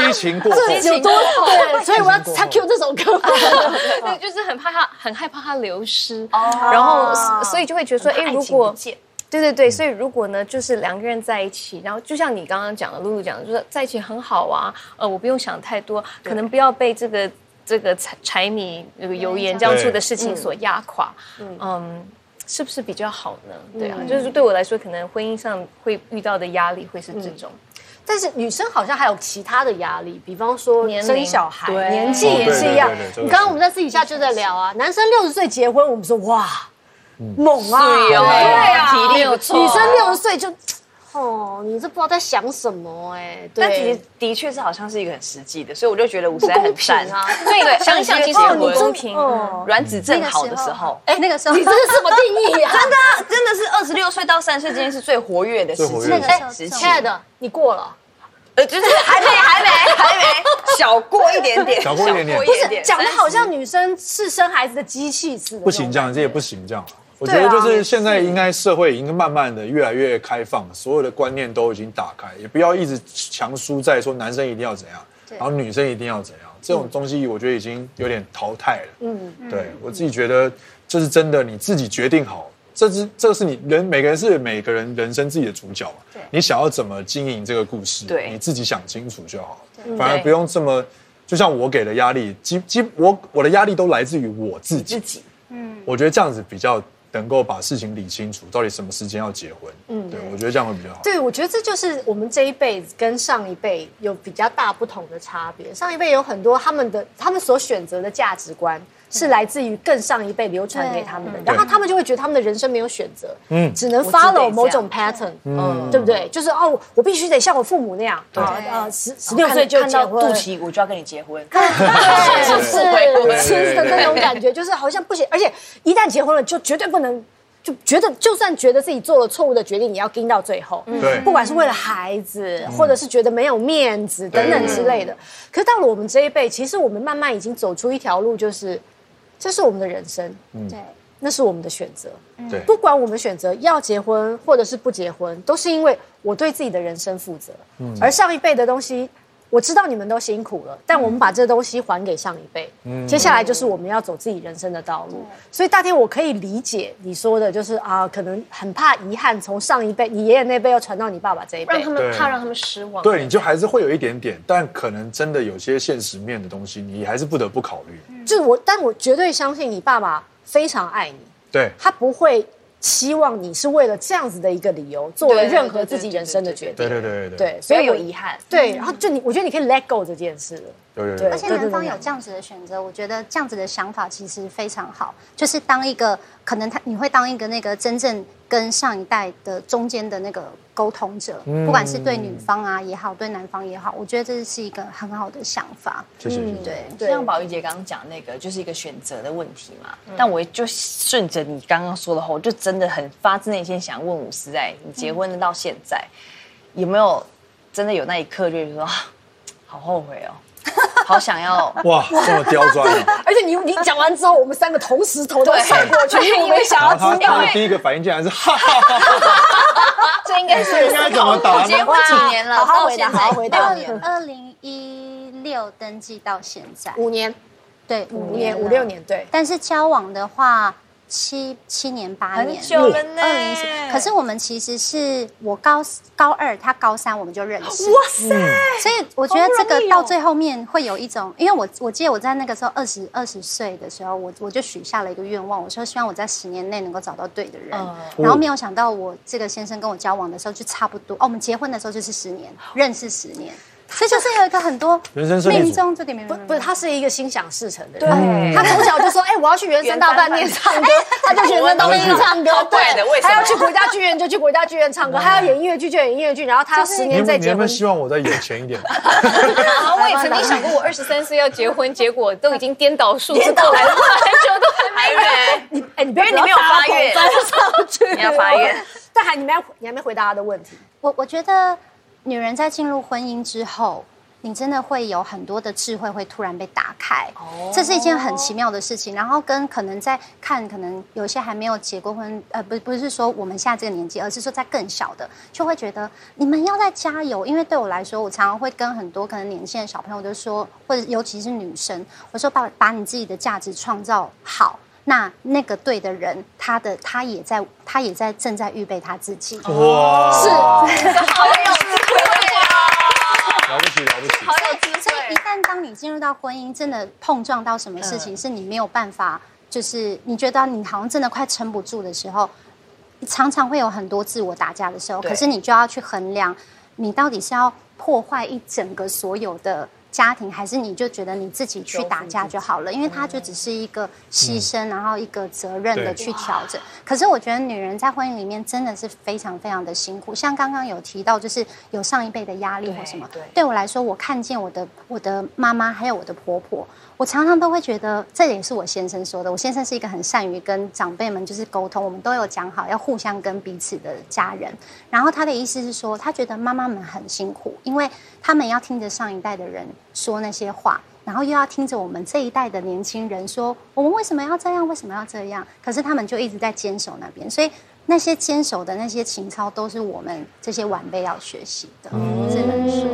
Speaker 5: 激情过后，
Speaker 3: 有多对，所以我要他 Q 这首歌。 嗯
Speaker 4: 对，就是很怕他，很害怕他流失，
Speaker 3: 哦
Speaker 4: 然后所所以就会觉得说，哎，如
Speaker 2: 情不
Speaker 4: 果对对
Speaker 3: 嗯
Speaker 4: 对，所以如果呢，就是两个人在一起，然后就像你刚刚讲的，露露讲的，就是在一起很好啊，呃，我不用想太多，可能不要被这个这个柴柴米这个油盐酱醋的事情所压垮，嗯，是不是比较好呢？
Speaker 3: 嗯
Speaker 4: 对啊，就是对我来说，可能婚姻上会遇到的压力会是这种，
Speaker 3: 但是女生好像还有其他的压力，比方说
Speaker 4: 年龄
Speaker 3: 生
Speaker 2: 哦
Speaker 3: 小孩，
Speaker 4: 对
Speaker 3: 年纪也是一样
Speaker 5: 哦对对对对这。个
Speaker 3: 你刚刚我们在私底下就在聊啊，男生六十岁结婚，我们说哇，
Speaker 5: 嗯
Speaker 3: 猛啊，
Speaker 2: 是哦体力不错
Speaker 3: 女生六十岁就，哦，你这不知道在想什么哎，
Speaker 2: 但其实
Speaker 3: 对，
Speaker 2: 的确是好像是一个很实际的，所以我就觉得五
Speaker 3: 不
Speaker 2: 十代很
Speaker 3: 公平
Speaker 2: 赞
Speaker 3: 啊。
Speaker 4: 所以想一想，其实
Speaker 2: 哦
Speaker 4: 很
Speaker 2: 你
Speaker 4: 不
Speaker 2: 真
Speaker 4: 公平。
Speaker 3: 哦，
Speaker 2: 卵子
Speaker 6: 那
Speaker 2: 正
Speaker 6: 个
Speaker 2: 好的时候，，
Speaker 6: 哎，那个时 候
Speaker 3: 你这是什么定义呀？
Speaker 2: 真的啊真的是二十六岁到三十岁之间是最活跃的时哎
Speaker 5: 最活
Speaker 2: 期
Speaker 5: 跃的
Speaker 6: 时候
Speaker 2: 时期
Speaker 3: 亲，爱 的，你过了。
Speaker 2: 呃，就是还没还没还 没小过一点点，
Speaker 5: 小过一点点
Speaker 3: 不是讲的好像女生是生孩子的机器似的，
Speaker 5: 不行，这样这也不行，这样。我觉
Speaker 3: 对
Speaker 5: 得
Speaker 3: 啊
Speaker 5: 就是现在应该社会已经慢慢的越来越开放，所有的观念都已经打开，也不要一直强输在说男生一定要怎样，然后女生一定要怎样，这种东西我觉得已经有点淘汰了。嗯，对我自己觉得就是真的你自己决定好，这是这个是你人每个人是每个人人生自己的主角嘛，你想要怎么经营这个故事，
Speaker 2: 对
Speaker 5: 你自己想清楚就好了，反而不用这么。就像我给的压力，基基我我的压力都来自于我自己，
Speaker 2: 自己。
Speaker 5: 我觉得这样子比较能够把事情理清楚，到底什么时间要结婚。嗯，对，我觉得这样会比较好。
Speaker 3: 对，我觉得这就是我们这一辈子跟上一辈有比较大不同的差别。上一辈有很多他们的他们所选择的价值观是来自于更上一辈流传给他们的，然后他们就会觉得他们的人生没有选择，嗯，只能
Speaker 2: 嗯我只得
Speaker 3: follow
Speaker 2: 这
Speaker 3: 某种
Speaker 2: 样
Speaker 3: pattern，嗯，对不对？就是哦，我必须得像我父母那样，啊呃，十十六岁就
Speaker 2: 看
Speaker 3: 结
Speaker 2: 到
Speaker 3: 婚
Speaker 2: 肚。脐我就要跟你结婚，
Speaker 3: 是不
Speaker 5: 对
Speaker 3: 是吃的
Speaker 5: 对
Speaker 3: 那种感觉，就是好像不行，而且一旦结婚了，就绝对不能。就觉得，就算觉得自己做了错误的决定，也要盯到最后。
Speaker 5: 对
Speaker 3: 不管是为了孩子，或者是觉得没有面子等等之类的。可是到了我们这一辈，其实我们慢慢已经走出一条路，就是这是我们的人生，
Speaker 6: 对，
Speaker 3: 那是我们的选择。
Speaker 5: 对，
Speaker 3: 不管我们选择要结婚或者是不结婚，都是因为我对自己的人生负责。
Speaker 2: 嗯
Speaker 3: 而上一辈的东西，我知道你们都辛苦了，但我们把这东西还给上一辈。
Speaker 2: 嗯
Speaker 3: 接下来就是我们要走自己人生的道路。所以大天，我可以理解你说的，就是啊，可能很怕遗憾从上一辈，你爷爷那辈又传到你爸爸这一
Speaker 4: 让
Speaker 3: 辈
Speaker 4: 他。
Speaker 5: 对
Speaker 4: 们怕让他们失望，
Speaker 5: 对，你就还是会有一点点，但可能真的有些现实面的东西，你还是不得不考虑。
Speaker 3: 就是我，但我绝对相信你爸爸非常爱你，
Speaker 5: 对，
Speaker 3: 他不会期望你是为了这样子的一个理由做了
Speaker 2: 对对
Speaker 3: 任何
Speaker 2: 对对
Speaker 3: 自己
Speaker 2: 对
Speaker 3: 人
Speaker 2: 对
Speaker 3: 生的
Speaker 2: 对
Speaker 3: 决定。
Speaker 5: 对对对对
Speaker 3: 对，
Speaker 2: 所
Speaker 3: 所
Speaker 2: 以
Speaker 3: 以
Speaker 2: 有
Speaker 3: 我
Speaker 2: 遗憾。
Speaker 3: 对，然后就你，我觉得你可以 let go 这件事了。
Speaker 5: 有有有
Speaker 3: 对
Speaker 6: 而且男方有这样子的选择，我觉得这样子的想法其实非常好，就是当一个可能他你会当一个那个真正跟上一代的中间的那个沟通者，
Speaker 3: 嗯
Speaker 6: 不管是对女方啊也好，对男方也好，我觉得这是一个很好的想法。
Speaker 5: 谢谢
Speaker 4: 嗯
Speaker 5: 谢谢。
Speaker 6: 对，
Speaker 2: 就像宝仪姐刚刚讲那个，就是一个选择的问题嘛。但我就顺着你刚刚说的话，我就真的很发自内心想问五十代，你结婚到现在，有没有真的有那一刻就是说， 啊好后悔哦，好想 要
Speaker 5: 哇，这么刁钻啊！
Speaker 3: 而且你你讲完之后，我们三个同时头都
Speaker 2: 对
Speaker 3: 闪过去，因为我们想要
Speaker 5: 然后
Speaker 3: 知
Speaker 5: 他
Speaker 3: 道
Speaker 5: 他的第一个反应竟然是哈哈哈哈，
Speaker 4: 哎这应该
Speaker 7: 这应该怎么打
Speaker 4: 我结婚几年了，
Speaker 3: 好好回
Speaker 4: 到
Speaker 3: 答，
Speaker 4: 现在
Speaker 3: 好好回答。
Speaker 6: 二零一六登记到现在，
Speaker 3: 五年，
Speaker 6: 对，
Speaker 3: 五
Speaker 6: 五
Speaker 3: 年，
Speaker 6: 年
Speaker 3: 五
Speaker 6: 了
Speaker 3: 六。年，对。
Speaker 6: 但是交往的话，七七年八
Speaker 2: 很
Speaker 6: 年，
Speaker 2: 久了呢。
Speaker 6: 二零可是我们其实是我高高二，他高三，我们就认识。哇塞！所以我觉得这个到最后面会有一种，因为我我记得我在那个时候二十二十岁的时候，我我就许下了一个愿望，我说希望我在十年内能够找到对的人。然后没有想到我这个先生跟我交往的时候就差不多，哦，我们结婚的时候就是十年，认识十年，所以就是有一个很多
Speaker 5: 人生胜利组
Speaker 6: 命中注定没有
Speaker 3: 不不，他是一个心想事成的人。
Speaker 2: 对，
Speaker 3: 他从小就说：“哎、我要去原声大饭店唱 歌，他就去原声大饭店唱歌，
Speaker 2: 好怪的为什么
Speaker 3: 他要去国家剧院就去国家剧院 唱歌，他要演音乐剧就演音乐剧，然后他要十
Speaker 5: 你
Speaker 3: 年再
Speaker 5: 们你
Speaker 3: 结
Speaker 5: 们
Speaker 3: 婚。
Speaker 5: 希望我再有钱 一点吗？
Speaker 4: 然后我也曾经想过，我二十三岁要结婚，结果都已经颠倒数字过来了，很久都还没
Speaker 2: 还没
Speaker 3: 你哎、你不要
Speaker 2: 因为你没有发愿
Speaker 3: 翻上去，
Speaker 2: 你要发愿。
Speaker 3: 但还你没有你还没回答他的问题，
Speaker 6: 我我觉得女人在进入婚姻之后，你真的会有很多的智慧会突然被打开，这是一件很奇妙的事情。然后跟可能在看，可能有些还没有结过婚，呃，不不是说我们现在这个年纪，而是说在更小的，就会觉得你们要再加油。因为对我来说，我常常会跟很多可能年轻的小朋友都说，或者尤其是女生，我说把把你自己的价值创造好。那那个对的人，他的他也在，他也在正在预备他自己。
Speaker 5: 哇，
Speaker 6: 是
Speaker 5: 了不起了不起！
Speaker 2: 好有机
Speaker 6: 所以一
Speaker 2: 会。
Speaker 6: 旦当你进入到婚姻，真的碰撞到什么事
Speaker 2: 嗯
Speaker 6: 情，是你没有办法，就是你觉得你好像真的快撑不住的时候，常常会有很多自我打架的时候。
Speaker 2: 对
Speaker 6: 可是你就要去衡量，你到底是要破坏一整个所有的。家庭还是你就觉得你自己去打架就好了，因为它就只是一个牺牲，然后一个责任的
Speaker 5: 对
Speaker 6: 去调整。可是我觉得女人在婚姻里面真的是非常非常的辛苦，像刚刚有提到，就是有上一辈的压力或什么。
Speaker 2: 对对
Speaker 6: 对我来说，我看见我的我的妈妈还有我的婆婆，我常常都会觉得，这也是我先生说的。我先生是一个很善于跟长辈们就是沟通，我们都有讲好要互相跟彼此的家人。然后他的意思是说，他觉得妈妈们很辛苦，因为他们要听着上一代的人说那些话。然后又要听着我们这一代的年轻人说，我们为什么要这样，为什么要这样？可是他们就一直在坚守那边，所以那些坚守的那些情操，都是我们这些晚辈要学习的。只能说。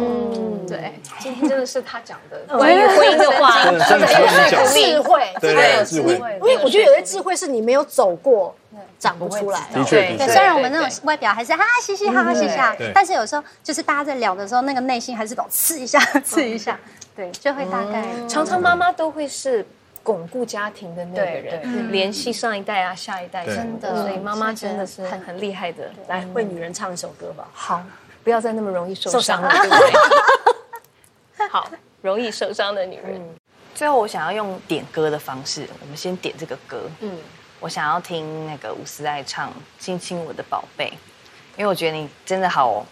Speaker 4: 对，今天真的是他讲的关于婚 姻的话，
Speaker 5: 真的真的
Speaker 4: 很有
Speaker 5: 是你
Speaker 4: 说
Speaker 5: 讲
Speaker 4: 服力
Speaker 3: 智。慧，
Speaker 5: 对
Speaker 4: 这个有
Speaker 5: 对，智慧，
Speaker 3: 因为我觉得有些智慧是你没有走过，长不出来。
Speaker 5: 的确的
Speaker 4: 对
Speaker 6: 对，
Speaker 5: 确
Speaker 6: 虽。然我们那种外表还是哈哈嘻嘻哈哈嘻嘻啊
Speaker 5: 对，
Speaker 6: 但是有时候就是大家在聊的时候，那个内心还是懂刺一下刺一下，对，就会大概。
Speaker 4: 常常妈妈都会是巩固家庭的那个
Speaker 2: 对
Speaker 4: 人，联系上一代啊、下一代
Speaker 5: 对
Speaker 4: 什么
Speaker 6: 真的
Speaker 4: 所以妈妈真的是
Speaker 6: 是
Speaker 4: 很
Speaker 6: 很
Speaker 4: 很厉害的。
Speaker 3: 来，为女人唱一首歌吧。
Speaker 4: 好，不要再那么容易受
Speaker 3: 受伤
Speaker 4: 伤了，
Speaker 3: 了
Speaker 4: 对不对？好，容易受伤的女人，
Speaker 2: 最后我想要用点歌的方式，我们先点这个歌。嗯，我想要听那个伍思爱唱《亲亲我的宝贝》，因为我觉得你真的好，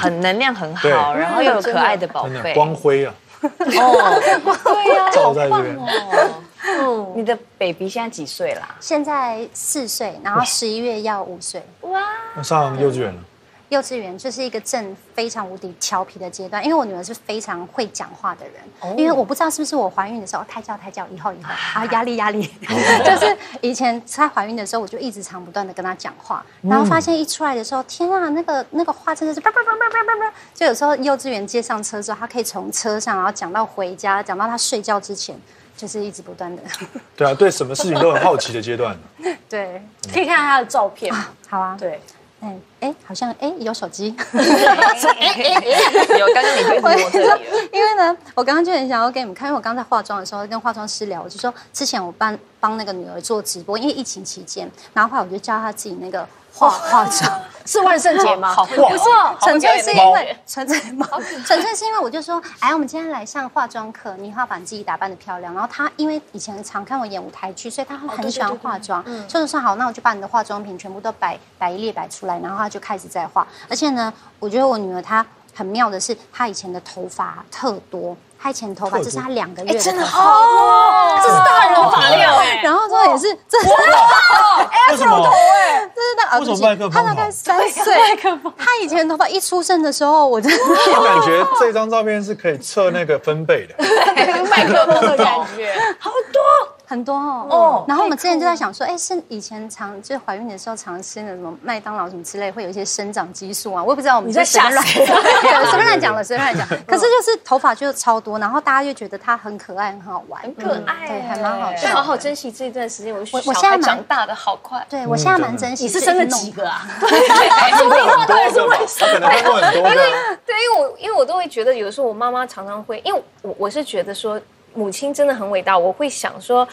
Speaker 2: 很能量很
Speaker 5: 嗯对
Speaker 2: 好，然后又有可爱的宝
Speaker 5: 真的
Speaker 2: 贝，
Speaker 5: 光辉啊，
Speaker 4: 哦
Speaker 2: 对
Speaker 4: 啊
Speaker 2: 呀，
Speaker 5: 照在这边。
Speaker 2: 你的 baby 现在几岁 啦？
Speaker 6: 现在四岁，然后十一月要五岁，
Speaker 5: 那上幼稚园了，
Speaker 6: 幼稚园就是一个正非常无敌调皮的阶段，因为我女儿是非常会讲话的人，因为我不知道是不是我怀孕的时候胎教胎教，以后以后哦啊压力压力，就是以前她怀孕的时候，我就一直常不断的跟她讲话，然后发现一出来的时候，天啊，那个那个话真的是叭叭叭叭叭叭叭，就有时候幼稚园接上车之后，她可以从车上然后讲到回家，讲到她睡觉之前，就是一直不断的，
Speaker 5: 对啊，对什么事情都很好奇的阶段。
Speaker 6: 对，
Speaker 3: 可以看看她的照片，
Speaker 6: 好啊，
Speaker 3: 对，
Speaker 6: 哎哎，好像哎有手机。
Speaker 2: 有，刚刚你推我这里了。
Speaker 6: 因为呢，我刚刚就很想要给你们看，因为我刚刚在化妆的时候跟化妆师聊，我就说之前我帮帮那个女儿做直播，因为疫情期间，然后后来我就教她自己那个化化妆，
Speaker 3: 是万圣
Speaker 4: 哦
Speaker 3: 节吗？
Speaker 2: 好
Speaker 6: 不是，纯粹是因
Speaker 5: 猫
Speaker 6: 为纯粹猫， 纯粹是因为我就说，哎，我们今天来上化妆课，你要把你自己打扮的漂亮。然后她因为以前常看我演舞台剧，所以她很喜欢化妆，所以我说好，那我就把你的化妆品全部都摆摆一列摆出来，然后她就开始在画。而且呢，我觉得我女儿她很妙的是，她以前的头发特多。她以前的头发，这是她两个月的头发，真的哦，这是大人发
Speaker 4: 料哎
Speaker 6: 然后这也是，这是
Speaker 5: 为什么？
Speaker 6: 这是大，啊
Speaker 5: 为什么
Speaker 6: 对不起
Speaker 5: 麦克风
Speaker 6: 她大概
Speaker 5: 好
Speaker 6: 三岁，她以前头发一出生的时候，我就
Speaker 5: 我感觉 这张照片是可以测那个分贝的。
Speaker 2: 麦克风的感觉，
Speaker 6: 很很多哦。
Speaker 2: 哦
Speaker 6: 然后我们之前就在想说，哎，生以前常就是怀孕的时候常吃的什么麦当劳什么之类，会有一些生长激素啊，我也不知道我们
Speaker 3: 你在
Speaker 6: 就随便
Speaker 3: 吓嗯
Speaker 6: 乱
Speaker 3: 谁
Speaker 6: 对我随便乱讲 了，随便乱讲。可是就是头发就超多，然后大家就觉得它很可爱，很好玩，
Speaker 3: 嗯
Speaker 4: 很可爱
Speaker 6: 嗯对，还蛮好
Speaker 4: 要
Speaker 6: 笑
Speaker 4: 好
Speaker 6: 的。
Speaker 4: 好珍惜这段时间。我
Speaker 6: 我
Speaker 4: 小
Speaker 6: 现在
Speaker 4: 孩
Speaker 6: 蛮
Speaker 4: 长大的好快，
Speaker 6: 对我现在蛮珍惜。
Speaker 3: 你是生了几个啊？
Speaker 5: 说过很多的嘛，他可能会过很多的。
Speaker 4: 对，因为 我因为我都会觉得，有时候我妈妈常常会，因为我我是觉得说母亲真的很伟大，我会想说。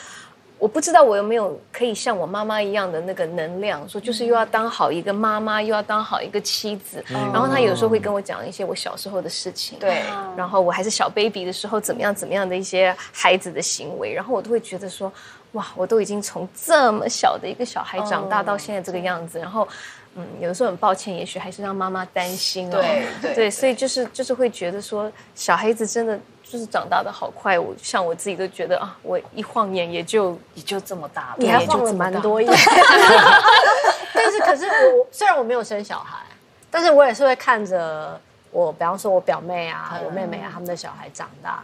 Speaker 4: 我不知道我有没有可以像我妈妈一样的那个能量，说就是又要
Speaker 6: 嗯
Speaker 4: 当好一个妈妈，又要当好一个妻子。然后她有时候会跟我讲一些我小时候的事情，
Speaker 2: 对，
Speaker 4: 然后我还是小 baby 的时候，怎么样怎么样的一些孩子的行为，然后我都会觉得说，哇，我都已经从这么小的一个小孩长大到现在这个样子，然后，嗯，有的时候很抱歉，也许还是让妈妈担心哦。
Speaker 2: 对对对
Speaker 4: 所以就是就是会觉得说，小孩子真的就是长大的好快，我像我自己都觉得啊，我一晃眼也就
Speaker 2: 也就这么大了，
Speaker 3: 你还
Speaker 2: 也就
Speaker 3: 晃了
Speaker 4: 这么
Speaker 3: 蛮
Speaker 4: 大
Speaker 3: 多页。但是可是我虽然我没有生小孩，但是我也是会看着我，比方说我表妹啊、我妹妹啊他们的小孩长大，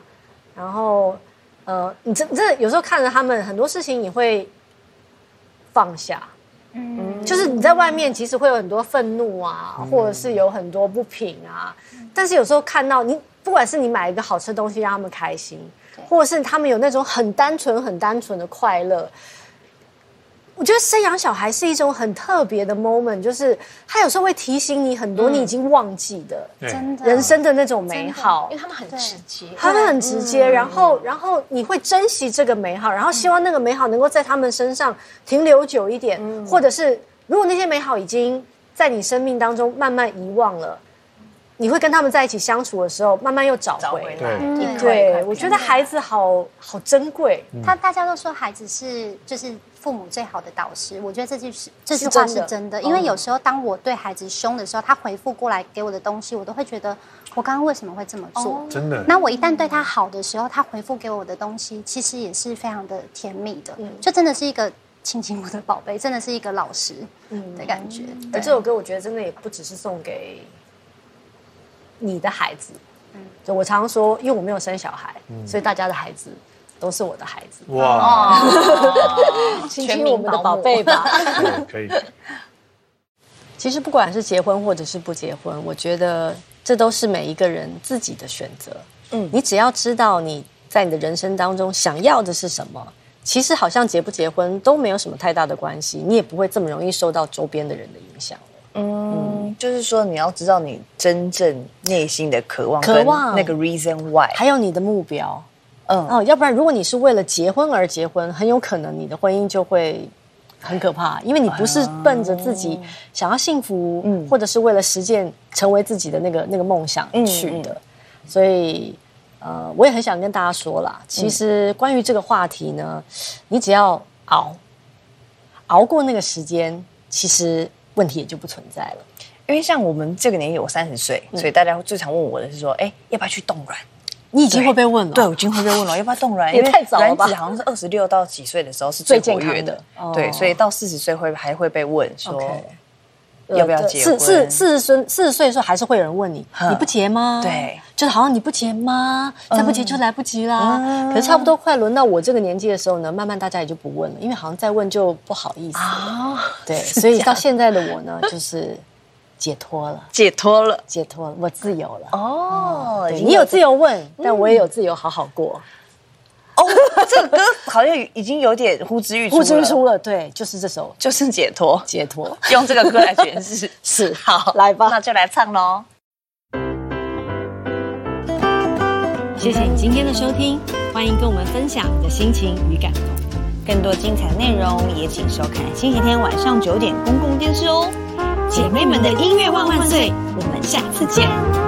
Speaker 3: 然后呃，你真真的有时候看着他们很多事情，你会放下。嗯，就是你在外面，其实会有很多愤怒啊，或者是有很多不平啊，但是有时候看到你，不管是你买一个好吃的东西让他们开心，或者是他们有那种很单纯、很单纯的快乐，我觉得生养小孩是一种很特别的 moment，就是他有时候会提醒你很多你已经忘记的、
Speaker 5: 对
Speaker 6: 真的
Speaker 3: 人生的那种美好
Speaker 4: 嗯因为。他们很
Speaker 6: 对
Speaker 4: 直接，嗯
Speaker 3: 他们很直接，然后然后你会珍惜这个美好，然后希望那个美好能够在他们身上停留久一点，
Speaker 4: 嗯
Speaker 3: 或者是如果那些美好已经在你生命当中慢慢遗忘了，你会跟他们在一起相处的时候，慢慢又找
Speaker 2: 找
Speaker 3: 回
Speaker 2: 回
Speaker 3: 来。
Speaker 5: 对
Speaker 2: 来。嗯
Speaker 6: 对
Speaker 3: 对，我觉得孩子好好珍贵，
Speaker 6: 他大家都说孩子是就是父母最好的导师，我觉得这句是这句
Speaker 3: 是真
Speaker 6: 话
Speaker 3: 的嗯
Speaker 6: 是真的，因为有时候当我对孩子凶的时候，他回复过来给我的东西，我都会觉得我刚刚为什么会这么做？
Speaker 3: 哦
Speaker 5: 真的
Speaker 6: 那我一旦对他好的时候，他回复给我的东西，其实也是非常的甜蜜的，
Speaker 3: 嗯
Speaker 6: 就真的是一个亲亲我的宝贝，真的是一个老师的感觉。
Speaker 3: 嗯而这首歌我觉得真的也不只是送给你的孩子，就我常说，因为我没有生小孩，所以大家的孩子都是我的孩子，
Speaker 5: 哇，
Speaker 3: 亲亲嗯我们的宝贝吧。
Speaker 5: 哦可以。
Speaker 3: 其实不管是结婚或者是不结婚，我觉得这都是每一个人自己的选择。嗯，你只要知道你在你的人生当中想要的是什么，其实好像结不结婚都没有什么太大的关系，你也不会这么容易受到周边的人的影响。
Speaker 2: 就是说，你要知道你真正内心的渴望，
Speaker 3: 渴
Speaker 2: 跟
Speaker 3: 望
Speaker 2: 那个 reason why。
Speaker 3: 还有你的目标，
Speaker 2: 嗯
Speaker 3: 哦，要不然如果你是为了结婚而结婚，很有可能你的婚姻就会很可怕，因为你不是奔着自
Speaker 2: 哦
Speaker 3: 己想要幸福，
Speaker 2: 嗯
Speaker 3: 或者是为了实践成为自己的那个那个梦想去
Speaker 2: 嗯
Speaker 3: 的，所以。呃，我也很想跟大家说啦，
Speaker 2: 嗯
Speaker 3: 其实关于这个话题呢，你只要熬，熬过那个时间，其实问题也就不存在了。
Speaker 2: 因为像我们这个年纪，我三十岁，所以大家最常问我的是说，哎，要不要去冻卵？
Speaker 3: 你已经会被问了，
Speaker 2: 对，我今天会被问了，要不要冻卵？
Speaker 3: 也太早了吧
Speaker 2: 因为卵子好像是二十六到几岁的时候是最
Speaker 3: 最
Speaker 2: 活跃
Speaker 3: 健
Speaker 2: 的
Speaker 3: 康的，
Speaker 2: 对，
Speaker 3: 哦
Speaker 2: 所以到四十岁会还会被问说
Speaker 3: OK
Speaker 2: 要不要结婚？
Speaker 3: 呃四四四十岁四十岁的时候还是会有人问你，
Speaker 2: 哼
Speaker 3: 你不结吗？
Speaker 2: 对，
Speaker 3: 就是好像你不结吗？再不结就来不及啦。可是差不多快轮到我这个年纪的时候呢，慢慢大家也就不问了，因为好像再问就不好意思了。 对，所以到现在的我呢，就是解脱了，
Speaker 2: 解脱了
Speaker 3: 解脱了，我自由了。
Speaker 2: 哦
Speaker 3: 对你有自由嗯问，但我也有自由好好过，
Speaker 2: 哦，这个歌好像已经有点呼之欲出，
Speaker 3: 不知出了。对，就是这首
Speaker 2: 就是解脱，
Speaker 3: 解脱。
Speaker 2: 用这个歌来诠释。
Speaker 3: 是
Speaker 2: 好，
Speaker 3: 来吧
Speaker 2: 那就来唱喽。
Speaker 1: 谢谢你今天的收听，欢迎跟我们分享你的心情与感动。
Speaker 2: 更多精彩内容也请收看星期天晚上九点公共电视哦。
Speaker 1: 姐妹们的音乐万万岁，我们下次见。